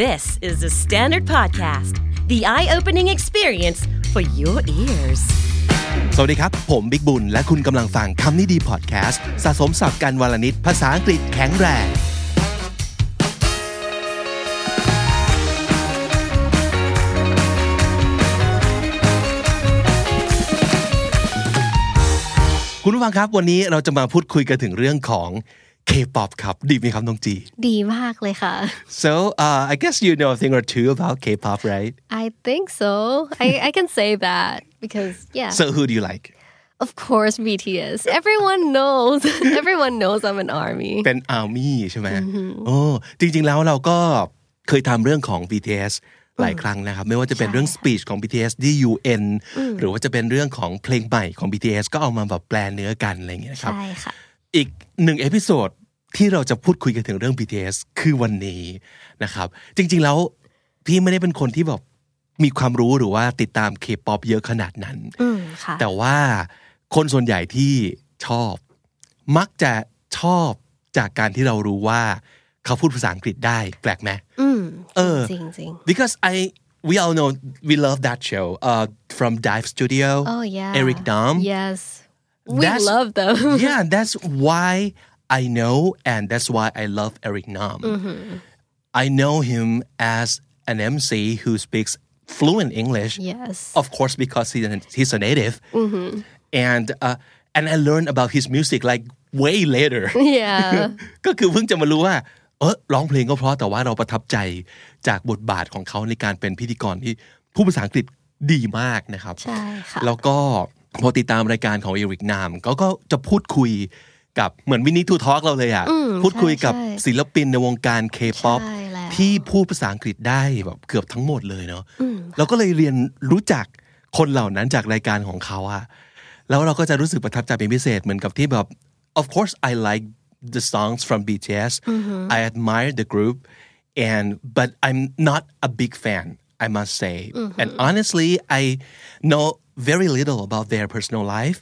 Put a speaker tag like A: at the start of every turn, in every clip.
A: This is the Standard Podcast, the eye opening experience for your ears.
B: สวัสดีครับ ผมบิ๊กบุญ และคุณกำลังฟังคำนี้ดีพอดแคสต์สะสมสับการวลนิดภาษาอังกฤษแข็งแรง คุณผู้ฟังครับ วันนี้เราจะมาพูดคุยกันถึงเรื่องของ K-pop ครับ ดีไหมครับน้องจี
C: ดีมากเลยค่ะ
B: so uh, I guess you know a thing or two about K-pop right
C: I think so I I can say that because yeah
B: so who do you like
C: of course BTS everyone knows everyone knows I'm an army
B: เป็นอาร์มี่ใช่ไหมโอ้จริง ๆ แล้วเราก็เคยทำเรื่องของ BTS หลายครั้งนะครับ ไม่ว่าจะเป็นเรื่อง speech ของ BTS ที่ UN หรือว่าจะเป็นเรื่องของเพลงใหม่ของ BTS ก็เอามาแบบแปลเนื้อกันอะไรอย่างเงี้ยครับ
C: ใช่ค่ะ
B: อีกหนึ่งเอพิโซดที่เราจะพูดคุยกันถึงเรื่อง BTS คือวันนี้นะครับ จริง ๆ แล้วพี่ไม่ได้เป็นคนที่แบบมีความรู้หรือว่าติดตาม K-POP เยอะขนาดนั้น
C: อืมค่ะ
B: แต่ว่าคนส่วนใหญ่ที่ชอบ มักจะชอบจากการที่เรารู้ว่า เขาพูดภาษาอังกฤษได้แปลกไหม
C: อืม
B: เออ
C: จริงจริง
B: because I we all know we love that show uh, from Dive Studio
C: Oh yeah
B: Eric Nam
C: Yes We
B: That's-
C: love them
B: yeah that's why I know and that's why I love Eric Nam I know him as an MC who speaks fluent English
C: Yes
B: of course because he's a, he's a native and uh, and I learned about his music like way later
C: Yeah
B: ก็คือเพิ่งจะมารู้ว่าเออร้องเพลงก็เพราะแต่ว่าเราประทับใจจากบทบาทของเขาในการเป็นพิธีกรที่ผู้ภาษาอังกฤษดีมากนะครับ
C: ใช่ค่ะ
B: แล้วก็พอติดตามรายการของเอริกนามก็ก็จะพูดคุยกับเหมือนวินิทูทอล์กเราเลยอ่ะ
C: อืม
B: พูดคุยกับ
C: ใช่ใช่
B: ศิลปินในวงการเคป๊อป
C: ใช่แล้ว
B: ที่พูดภาษาอังกฤษได้แบบเกือบทั้งหมดเลยเนาะเราก็เลยเรียนรู้จักคนเหล่านั้นจากรายการของเขาอะแล้วเราก็จะรู้สึกประทับใจเป็นพิเศษเหมือนกับที่แบบ of course I like the songs from BTS I admire the group and but I'm not a big fan I must say and honestly I know very little about their personal life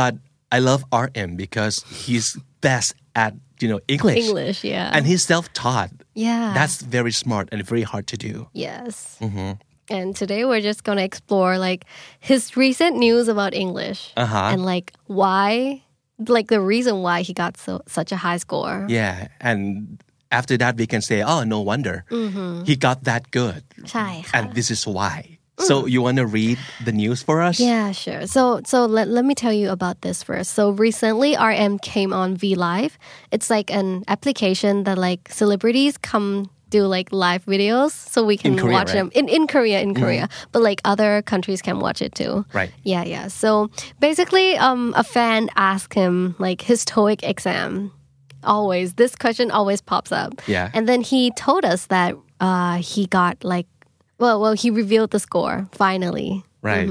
B: but I love RM because he's best at you know English
C: English yeah
B: and he's self-taught
C: yeah
B: that's Mm-hmm. very smart and very hard to do
C: Yes. And today we're just going to explore like his recent news about English
B: Uh-huh.
C: and like why, like the reason why he got so such a high score.
B: Yeah, and after that we can say, oh, no wonder
C: Mm-hmm.
B: he got that good,
C: ใช่ค่ะ
B: and this is why. So you want to read the news for us?
C: Mm. Yeah, sure. So so let, let me tell you about this first. So recently RM came on V Live. It's like an application that like celebrities come do like live videos so we can
B: Korea,
C: watch
B: right? Mm-hmm.
C: them in, in Korea in Korea. But like other countries can watch it too.
B: Right.
C: Yeah, yeah. So basically um a fan asked him like his TOEIC exam. Always this question always pops up.
B: Yeah.
C: And then he told us that uh he got like well well he revealed the score finally.
B: Right.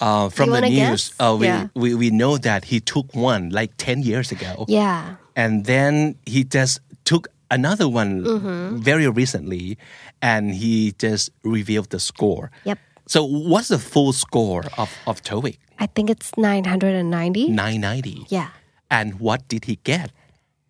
B: Uh, from
C: Mm-hmm.
B: the
C: You wanna
B: news,
C: guess?
B: uh, we,
C: Yeah.
B: we we know that he took one like ten years ago,
C: Yeah.
B: and then he just took another one
C: Mm-hmm.
B: very recently, and he just revealed the score.
C: Yep.
B: So what's the full score of of TOEIC?
C: I think it's 990.
B: Nine ninety.
C: Yeah.
B: And what did he get?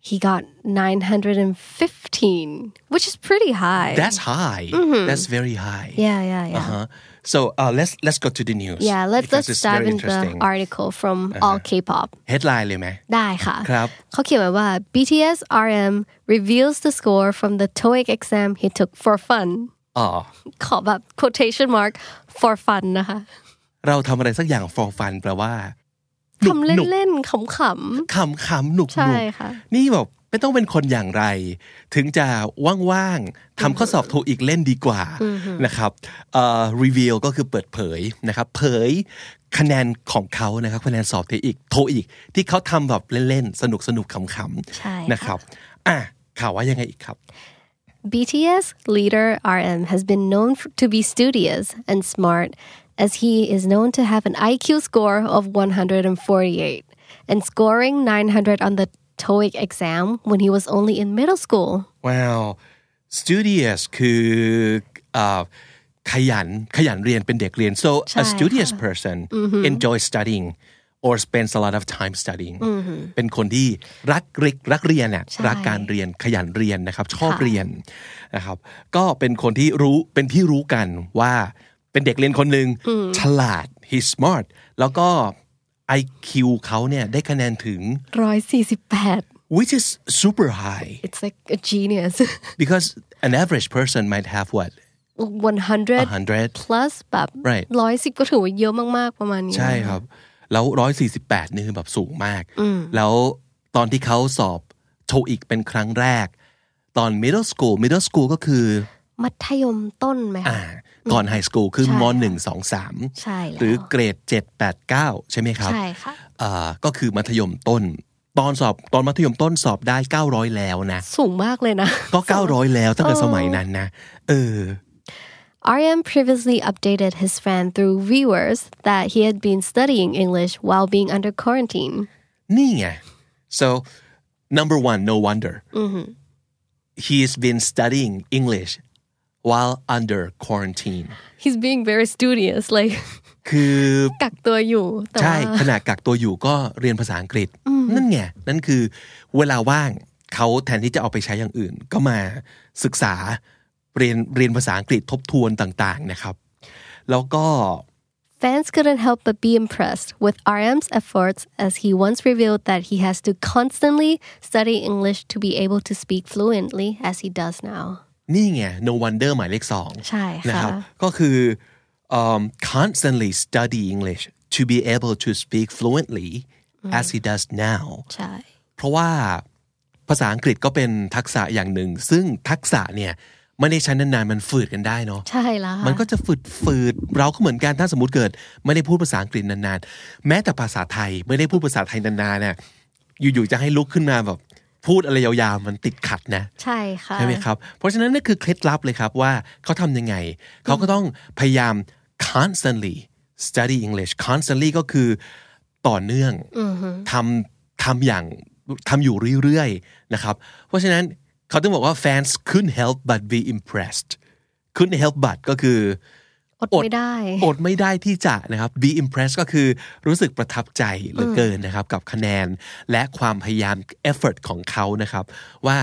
C: He got 915, which is pretty high.
B: That's high. That's very high.
C: Mm-hmm. yeah, yeah, yeah.
B: Uh-huh. So uh, let's let's go to the news.
C: Yeah, let's
B: because
C: let's
B: it's
C: dive
B: very
C: into the
B: interesting.
C: article from All K-pop.
B: Headline เลยไหม ครับ
C: ได้ค่ะเขาเขียนไว้ว่า BTS RM reveals the score from the TOEIC exam he took for fun
B: อ๋อ
C: ขอแบบ quotation mark for fun นะคะ
B: เราทำอะไรสักอย่าง for fun แปลว่าหนุกหนุก
C: ทำเล่นๆขำ
B: ขำขำหนุก
C: ใช่
B: หนุก
C: ค่ะ
B: นี่แบบไม่ต้องเป็นคนอย่างไร ถึงจะว่างๆทำข้อสอบโทอีกเล่นดีกว่านะครับเอ่อ reveal ก็คือเปิดเผยนะครับ เผยคะแนนของเขานะครับคะแนนสอบโทอีกโทอีก ที่เขาทำแบบเล่นๆ สนุกสนุกๆขำๆ
C: ใช่ค่ะ
B: นะครับอ่ะข่าวว่ายังไงอีกครับ
C: BTS leader RM has been known f- to be studious and smart, as he is known to have an IQ score of 148 and scoring 900 on the TOEIC exam when he was only in middle school.
B: Wow studious คือเอ่อขยันขยันเรียนเป็นเด็กเรียน so
C: ใช่
B: a
C: ค่ะ
B: studious person enjoy studying or spends a lot of time studying เป็นคนที่รักเรียนรักเรียนน่ะ
C: ใช่
B: รักการเรียนขยันเรียนนะครับ ชอบเรียนนะครับ ก็เป็นคนที่รู้เป็นที่รู้กันว่าเป็นเด็กเรียนคนหนึ่งฉลาด he's smart แล้วก็ IQ เขาเนี่ยได้คะแนนถึง
C: 148
B: which is super high
C: it's like a genius
B: because an average person might have what
C: 100
B: 100
C: plus แบบ
B: Right.
C: ร้อยสิบก็ถือว่าเยอะมากๆประมาณนี้
B: ใช่ครับ แล้วร้อยสี่สิบแปดนี่คือแบบสูงมาก แล้วตอนที่เขาสอบโทอีกเป็นครั้งแรก ตอน middle school middle school ก็คือ
C: มัธยมต้นไหมคะ
B: อ่าก่อน high school คือ
C: ใช่
B: ม
C: ค่ะ
B: หนึ่งสองสาม
C: ใช่แล้ว
B: หรือเกรดเจ็ดแปดเก้าใช่ไหมครับ
C: ใช่ค่ะ
B: อ่าก็คือมัธยมต้น ตอนสอบตอนมัธยมต้นสอบได้ 900 แล้วนะ
C: สูงมากเลยนะ
B: ก็ 900 แล้วตั้งแต่สมัยนั้นนะ เออ
C: Aryan previously updated his friend through viewers that he had been studying English while being under quarantine.
B: นี่ไง so number one no wonder he's been studying English while under quarantine
C: He's being very studious, like
B: คือ
C: กักตัวอยู่แต่
B: ใช่
C: ว่า
B: ขณะกักตัวอยู่ก็เรียนภาษาอังกฤษ นั่นไง นั่นคือเวลาว่างเขาแทนที่จะเอาไปใช้อย่างอื่น ก็มาศึกษาเรียนเรียนภาษาอังกฤษทบทวนต่างๆนะครับ แล้วก็
C: Fans couldn't help but be impressed with RM's efforts as he once revealed that he has to constantly study English to be able to speak fluently as he does now.
B: นี่ไง no wonder หมายเลขสอง
C: ใช่ค่ะ
B: นะครับก็คืออืม constantly study English to be able to speak fluently as he does now
C: ใช่
B: เพราะว่าภาษาอังกฤษก็เป็นทักษะอย่างหนึ่ง ซึ่งทักษะเนี่ยไม่ได้ใช้นานๆ มันฝืดกันได้เนาะ
C: ใช่แล้วค่ะ
B: มันก็จะฝืดฝืดๆเราก็เหมือนกันถ้าสมมติเกิด ไม่ได้พูดภาษาอังกฤษนานๆ แม้แต่ภาษาไทยไม่ได้พูดภาษาไทยนานๆเนี่ยอยู่ๆจะให้ลุกขึ้นมาแบบพูดอะไรยาวๆมันติดขัดนะ
C: ใช่ค่ะ
B: ใช่ไหมครับ เพราะฉะนั้นนั่นคือเคล็ดลับเลยครับว่าเขาทำยังไง เขาก็ต้องพยายาม constantly study English constantly ก็คือต่อเนื่องทำทำอย่างทำอยู่เรื่อยๆนะครับ เพราะฉะนั้นเขาต้องบอกว่า fans couldn't help but be impressed couldn't help but ก็คือ
C: อดไม่ได้
B: อดไม่ได้ที่จะนะครับ be impressed ก็คือรู้สึกประทับใจเหลือเกินนะครับ กับคะแนนและความพยายาม effort ของเขานะครับ ว่า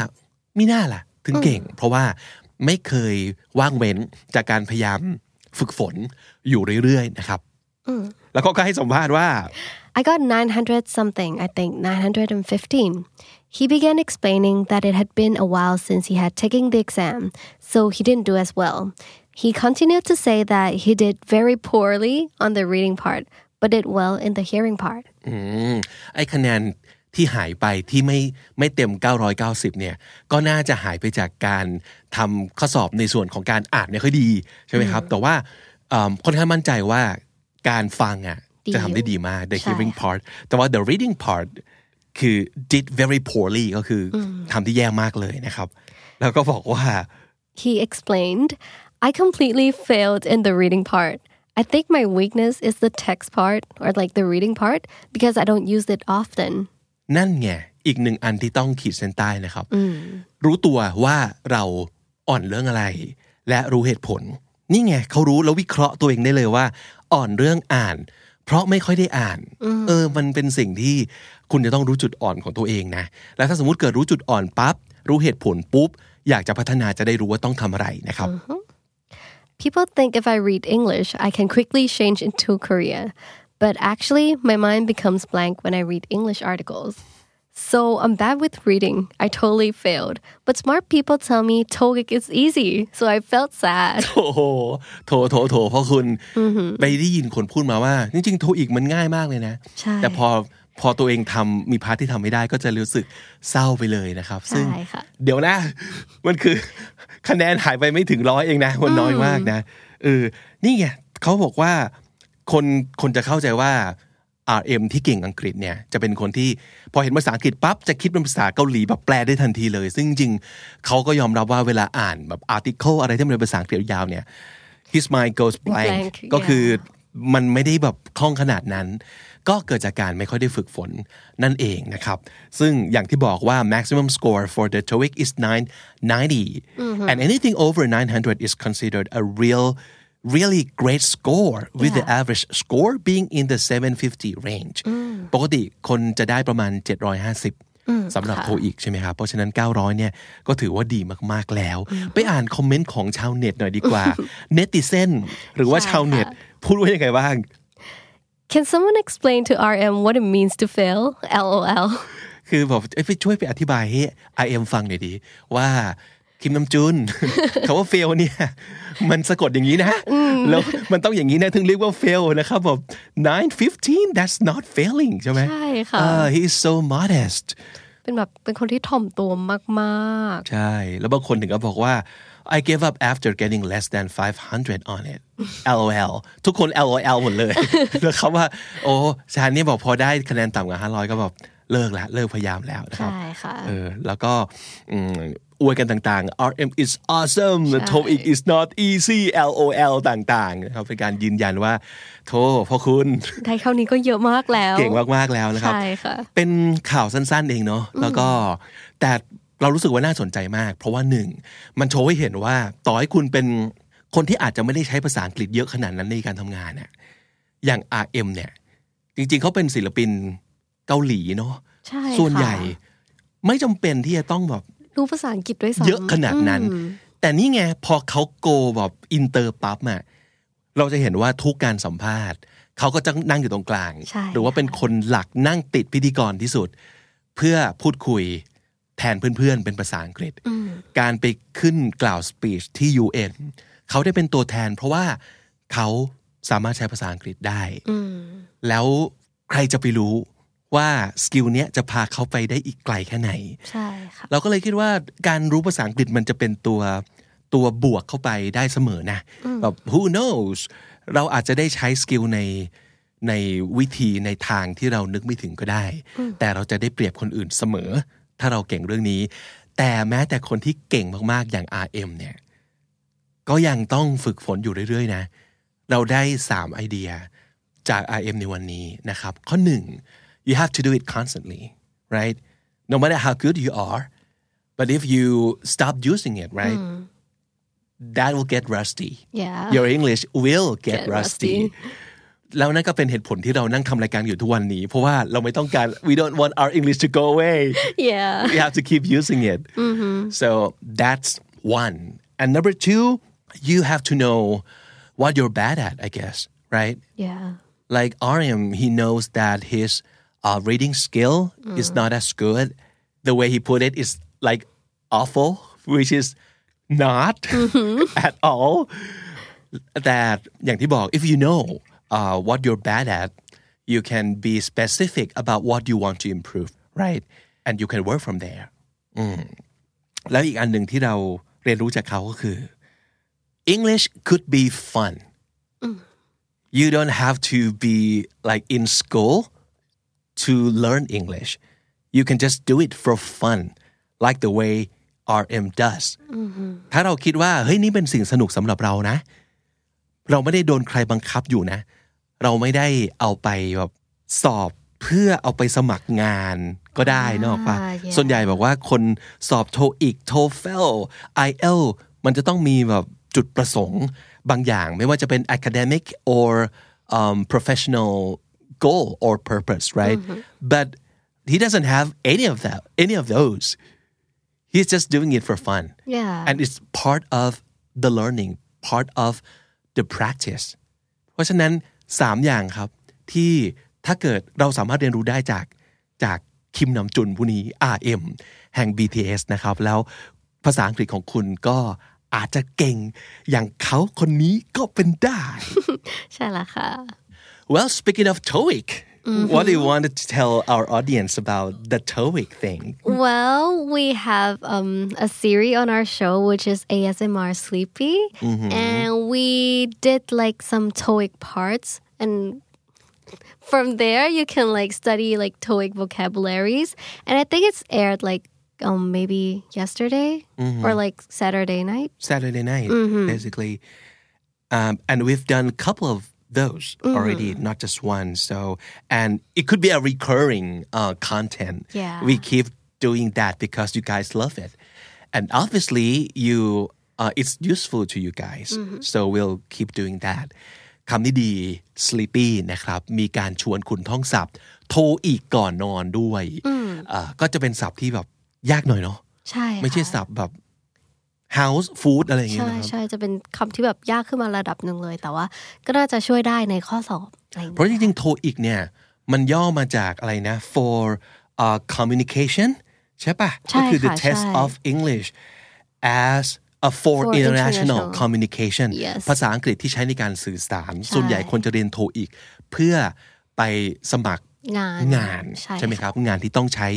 B: มิน่าล่ะ ถึงเก่ง เพราะว่าไม่เคยว่างเว้นจากการพยายามฝึกฝนอยู่เรื่อย ๆ นะครับ แล้วก็ก็ให้สัมภาษณ์ว่า
C: I got 900 something, I think 915. He began explaining that it had been a while since he had taken the exam, so he didn't do as well. He continued to say that he did very poorly on the reading part, but did well in the hearing part.
B: อืมไอ้คะแนนที่หายไปที่ไม่ไม่เต็ม 990 เนี่ย ก็น่าจะหายไปจากการทำข้อสอบในส่วนของการอ่านไม่ค่อยดีใช่ไหมครับ แต่ว่าเอิ่มค่อนข้างมั่นใจว่าการฟังอ่ะ
C: ดี
B: จะทำได้ดีมาก the
C: ใช่
B: hearing part แต่ว่า the reading part คือ did very poorly ก็คืออทำที่แย่มากเลยนะครับ แล้วก็บอกว่า
C: He explained, I completely failed in the reading part. I think my weakness is the text part or like the reading part because I don't use it often.
B: นั่นไง อีกหนึ่งอันที่ต้องขีดเส้นใต้นะครับ รู้ตัวว่าเราอ่อนเรื่องอะไร และรู้เหตุผล นี่ไงเขารู้แล้ววิเคราะห์ตัวเองได้เลยว่า อ่อนเรื่องอ่าน เพราะไม่ค่อยได้อ่าน เออ มันเป็นสิ่งที่คุณจะต้องรู้จุดอ่อนของตัวเองนะ แล้วถ้าสมมติเกิดรู้จุดอ่อนปั๊บ รู้เหตุผลปุ๊บ อยากจะพัฒนาจะได้รู้ว่าต้องทำอะไรนะครับ
C: People think if I read English, I can quickly change into Korea. But actually, my mind becomes blank when I read English articles. So I'm bad with reading. I totally failed. But smart people tell me TOEIC is easy. So I felt sad.
B: โอ้โหโถโถโถเพราะคุณไปได้ยินคนพูดมาว่า จริงๆโทอีกมันง่ายมากเลยนะ
C: ใช่
B: แต่พอพอตัวเองทำมีพาร์ทที่ทำไม่ได้ก็จะรู้สึกเศร้าไปเลยนะครับ ซึ่ง
C: ใช่ค่ะ
B: เดี๋ยวนะ มันคือ คะแนนหายไปไม่ถึงร้อยเองนะ มันน้อยมากนะเออนี่ไงเขาบอกว่าคนคนจะเข้าใจว่า RM ที่เก่งอังกฤษเนี่ยจะเป็นคนที่พอเห็นภาษาอังกฤษปั๊บจะคิดเป็นภาษาเกาหลีแบบแปลได้ทันทีเลย ซึ่งจริงๆเขาก็ยอมรับว่าเวลาอ่านแบบอาร์ติเคิลอะไรที่มันเป็นภาษาอังกฤษยาวเนี่ย his mind goes blank
C: Blank
B: ก็คือ
C: yeah
B: มันไม่ได้แบบคล่องขนาดนั้น ก็เกิดจากการไม่ค่อยได้ฝึกฝนนั่นเองนะครับ ซึ่งอย่างที่บอกว่า maximum score for the TOEIC is 990 and anything over 900 is considered a real really great score with the
C: Yeah.
B: average score being in the 750 range ปกติคนจะได้ประมาณ 750สำหรับโทอีกใช่ไหมครับ เพราะฉะนั้น 900 เนี่ยก็ถือว่าดีมาก ๆ แล้ว ไปอ่านคอมเมนต์ของชาวเน็ตหน่อยดีก ว่า เนติเซนหรือว่า
C: ใช่
B: ชาวเน็ต
C: ค่ะ
B: พูดว่ายังไงบ้าง
C: Can someone explain to RM what it means to fail? LOL.
B: คือแบบเอ้ยไปช่วยไปอธิบายให้ IM ฟังหน่อยดี ว่า คิมน้ำจุน คำว่า fail เนี่ย มันสะกดอย่างนี้นะ แล้วมันต้องอย่างนี้นะถึงเรียกว่า fail นะครับแบบ915 that's not failing ใช่ไหม
C: ใช่ ค่ะ
B: เออ he is so modest
C: เป็นแบบเป็นคนที่ถ่อมตัวมาก
B: ใช่ แล้วบางคนถึงก็บอกว่า I gave up after getting less than 500 on it LOL ทุกคน LOL หมดเลย แล้วเขาว่า โอ้ฉันเนี่ยบอกพอได้คะแนนต่ำกว่า 500 ก็แบบเลิกละ เลิกพยายามแล้วนะค
C: ๆ
B: รับ
C: ใช่ค่ะ
B: เออแล้วก็อืมอวยกันต่างๆ RM is awesome โทอีก is not easy LOL ต่างๆนะครับเป็นการยืนยันว่า โทพ่อคุณ
C: ได้เท่านี้ก็เยอะมากแล้ว
B: เก่งมากๆแล้วนะครับ
C: ใช่ค่ะ
B: เป็นข่าวสั้นๆเองเนาะแล้วก็แต่เรารู้สึกว่าน่าสนใจมาก เพราะว่าหนึ่งมันโชว์ให้เห็นว่าต่อให้คุณเป็นคนที่อาจจะไม่ได้ใช้ภาษาอังกฤษเยอะขนาดนั้นในการทำงานเนี่ยอย่าง RM เนี่ย จริงๆเขาเป็นศิลปินเกาหลีเนาะ
C: ใช่
B: ส่วนใหญ่
C: ค่ะ
B: ไม่จำเป็นที่จะต้องแบบ
C: รู้ภาษาอังกฤษด้วยซ้ำ
B: เยอะขนาดนั้น
C: อืม
B: แต่นี่ไงพอเขาโกแบบอินเตอร์ปั๊บอะเราจะเห็นว่าทุกการสัมภาษณ์ เขาก็จะนั่งอยู่ตรงกลาง
C: ใช่
B: หรือว่าเป็นคนหลักนั่งติดพิธีกรที่สุด เพื่อพูดคุยแทนเพื่อนๆ เป็นภาษาอังกฤษ
C: อืม
B: การไปขึ้นกล่าวสปีชที่ UN เขาได้เป็นตัวแทน เพราะว่าเขาสามารถใช้ภาษาอังกฤษได้
C: อืม
B: แล้วใครจะไปรู้ว่าสกิลเนี้ยจะพาเขาไปได้อีกไกลแค่ไหน
C: ใช่ค่ะ
B: เราก็เลยคิดว่าการรู้ภาษาอังกฤษมันจะเป็นตัวตัวบวกเข้าไปได้เสมอนะแบบ who knows เราอาจจะได้ใช้สกิลในในวิธีในทางที่เรานึกไม่ถึงก็ได้ แต่เราจะได้เปรียบคนอื่นเสมอ ถ้าเราเก่งเรื่องนี้ แต่แม้แต่คนที่เก่งมากๆอย่าง RM เนี่ย ก็ยังต้องฝึกฝนอยู่เรื่อย ๆ นะ เราได้ 3 ไอเดียจาก RM ในวันนี้นะครับ ข้อ 1 you have to do it constantly right no matter how good you are but if you stop using it right that will get rusty
C: yeah
B: your English will get
C: Get
B: rusty
C: rusty.
B: แล้วนั่นก็เป็นเหตุผลที่เรานั่งทำรายการอยู่ทุกวันนี้ เพราะว่าเราไม่ต้องการ we don't want our English to go away
C: yeah
B: we have to keep using it. So that's one. And number two, you have to know what you're bad at, I guess, right?
C: yeah
B: Like Ariam, he knows that his uh, reading skill is not as good. The way he put it is like awful, which is not at all. That อย่างที่บอก if you know uh, what you're bad at, you can be specific about what you want to improve, right? And you can work from there. อืมแล้วอีกอันหนึ่งที่เราเรียนรู้จากเขาก็คือ English could be fun. you don't have to be like in school to learn English. You can just do it for fun, like the way RM does. ถ้าเราคิดว่าเฮ้ยนี่เป็นสิ่งสนุกสำหรับเรานะ เราไม่ได้โดนใครบังคับอยู่นะ เราไม่ได้เอาไปแบบสอบเพื่อเอาไปสมัครงานก็ได้นกออกปะ
C: อ่า yeah
B: ส่วนใหญ่บอกว่าคนสอบโทอีกโทเฟล i อ l มันจะต้องมีแบบจุดประสงค์บางอย่าง ไม่ว่าจะเป็น academic or um, professional goal or purpose right but he doesn't have any of that any of those he's just doing it for fun
C: yeah
B: and it's part of the learning part of the practice เพราะฉะนั้น 3 อย่างครับ ที่ถ้าเกิดเราสามารถเรียนรู้ได้จากจากคิมนำจุนผู้นี้ RM แห่ง BTS นะครับ แล้วภาษาอังกฤษของคุณก็อาจจะเก่ง อย่างเขาคนนี้ก็เป็นได้
C: ใช่ละค่ะ
B: Well speaking of TOEIC what do you want to tell our audience about the TOEIC thing
C: Well, we have um, a series on our show which is ASMR Sleepy, and we did like some TOEIC parts, and from there you can like study like TOEIC vocabularies, and I think it's aired like um maybe yesterday or like Saturday night.
B: Saturday night, basically. Um, and we've done a couple of those already, not just one. So, and it could be a recurring uh, content.
C: Yeah.
B: We keep doing that because you guys love it. And obviously, you uh, it's useful to you guys so we'll keep doing that คำนี้ดี sleepy นะครับ มีการชวนคุณท่องศัพท์ โทรอีกก่อนนอนด้วยอ่าก็จะเป็นศัพท์ที่แบบยากหน่อยเนาะ
C: ใช่ค่ะ
B: ไม่ใช่ศัพท์แบบ house food อะไรอย่างเงี้ย
C: ใช่
B: นะครับ
C: ใช่จะเป็นคำที่แบบยากขึ้นมาระดับหนึ่งเลย แต่ว่าก็น่าจะช่วยได้ในข้อสอบอะไรอย่าง
B: เพ
C: เงี้ย
B: ราะจริงๆ TOEIC เนี่ย มันย่อมาจากอะไรนะ for uh, communication ใช่ปะ
C: ใช่
B: ก็คือ the
C: ค่ะ
B: test
C: ใช่
B: of English as a for
C: For
B: international
C: international
B: communication
C: Yes
B: ภาษาอังกฤษที่ใช้ในการสื่อสาร ส่วนใหญ่คนจะเรียน TOEIC เพื่อไปสมัคร
C: งาน
B: งาน
C: ใช่
B: ไหมค
C: ค่ะ
B: รับ งานที่ต้องใช้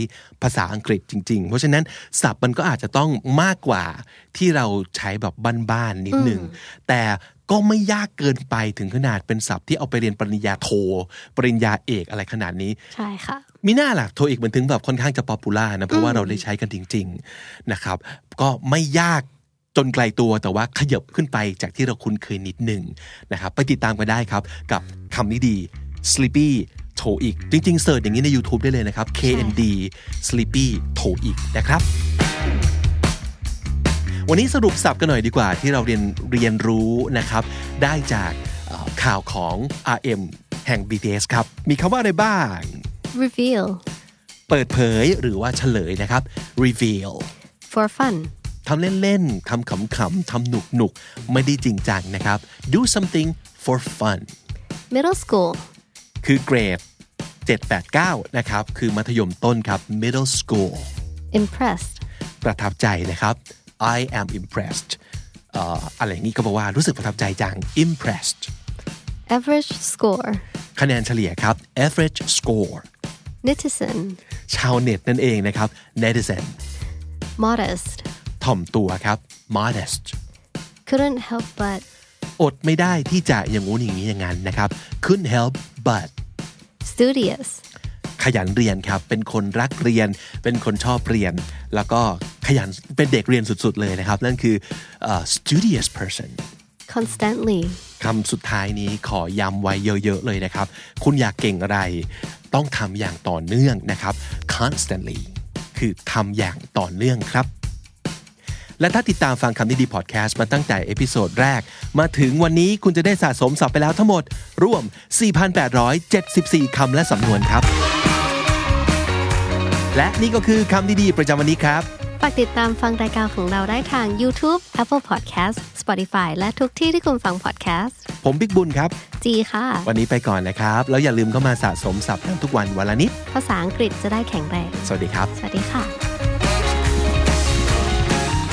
B: ภาษาอังกฤษจริง ๆ เพราะฉะนั้นศัพท์มันก็อาจจะต้องมากกว่าที่เราใช้แบบบ้านๆนิดหนึ่งแต่ก็ไม่ยากเกินไปถึงขนาดเป็นศัพท์ที่เอาไปเรียนปริญญาโท ปริญญาเอกอะไรขนาดนี้
C: ใช่ค่ะ
B: มีหน้าล่ะโทอีกมันถึงแบบค่อนข้างจะป๊อปปูล่านะ เพราะว่าเราได้ใช้กันจริง ๆนะครับ ก็ไม่ยากจนไกลตัวแต่ว่าขยับขึ้นไปจากที่เราคุ้นเคยนิดหนึ่งนะครับไปติดตามกันได้ครับ กับคำนี้ดี sleepy โทอีก จริงๆเสิร์ชอย่างนี้ใน YouTube ได้เลยนะครับ KND sleepy โทอีกนะครับ วันนี้สรุปสับกันหน่อยดีกว่าที่เราเรียนเรียนรู้นะครับ ได้จากเอ่อข่าวของ RM แห่ง BTS ครับ มีคำว่าอะไรบ้าง
C: reveal
B: เปิดเผยหรือว่าเฉลยนะครับ reveal
C: for fun
B: ทำเล่น ๆ ทำขำ ๆ ทำหนุก ๆ ไม่ได้จริงจังนะครับ do something for fun
C: middle school
B: คือเกรด 789 นะครับ คือมัธยมต้นครับ middle school
C: impressed
B: ประทับใจนะครับ I am impressed เอ่ออะไรอย่างนี้ก็บอกว่ารู้สึกประทับใจจัง impressed
C: average score
B: คะแนนเฉลี่ยครับ average score
C: netizen
B: ชาวเน็ตนั่นเองนะครับ netizen
C: modest
B: ถ่อมตัวครับ modest
C: couldn't help but
B: อดไม่ได้ที่จะอย่างงู้นอย่างนี้อย่างนั้นนะครับ couldn't help but
C: studious
B: ขยันเรียนครับ เป็นคนรักเรียน เป็นคนชอบเรียน แล้วก็ขยันเป็นเด็กเรียนสุดๆเลยนะครับ นั่นคือเอ่อ studious person
C: constantly
B: คำสุดท้ายนี้ขอย้ำไว้เยอะๆเลยนะครับ คุณอยากเก่งอะไร ต้องทำอย่างต่อเนื่องนะครับ constantly คือทำอย่างต่อเนื่องครับ และถ้าติดตามฟังคำนี้ดีพอดแคสต์มาตั้งแต่เอพิโซดแรก มาถึงวันนี้คุณจะได้สะสมศัพท์ไปแล้วทั้งหมด รวม 4,874 คำและสำนวนครับ และนี่ก็คือคำดีๆประจำวันนี้ครับ
C: ฝากติดตามฟังรายการของเราได้ทาง YouTube, Apple Podcast, Spotify และทุกที่ที่คุณฟัง podcast
B: ผมบิ๊กบุญครับ
C: จีค่ะ
B: วันนี้ไปก่อนนะครับ แล้วอย่าลืมเข้ามาสะสมศัพท์กันทุกวันวันละนิด
C: ภาษาอังกฤษจะได้แข็งแรง
B: สวัสดีครับ
C: สวัสดีค่ะ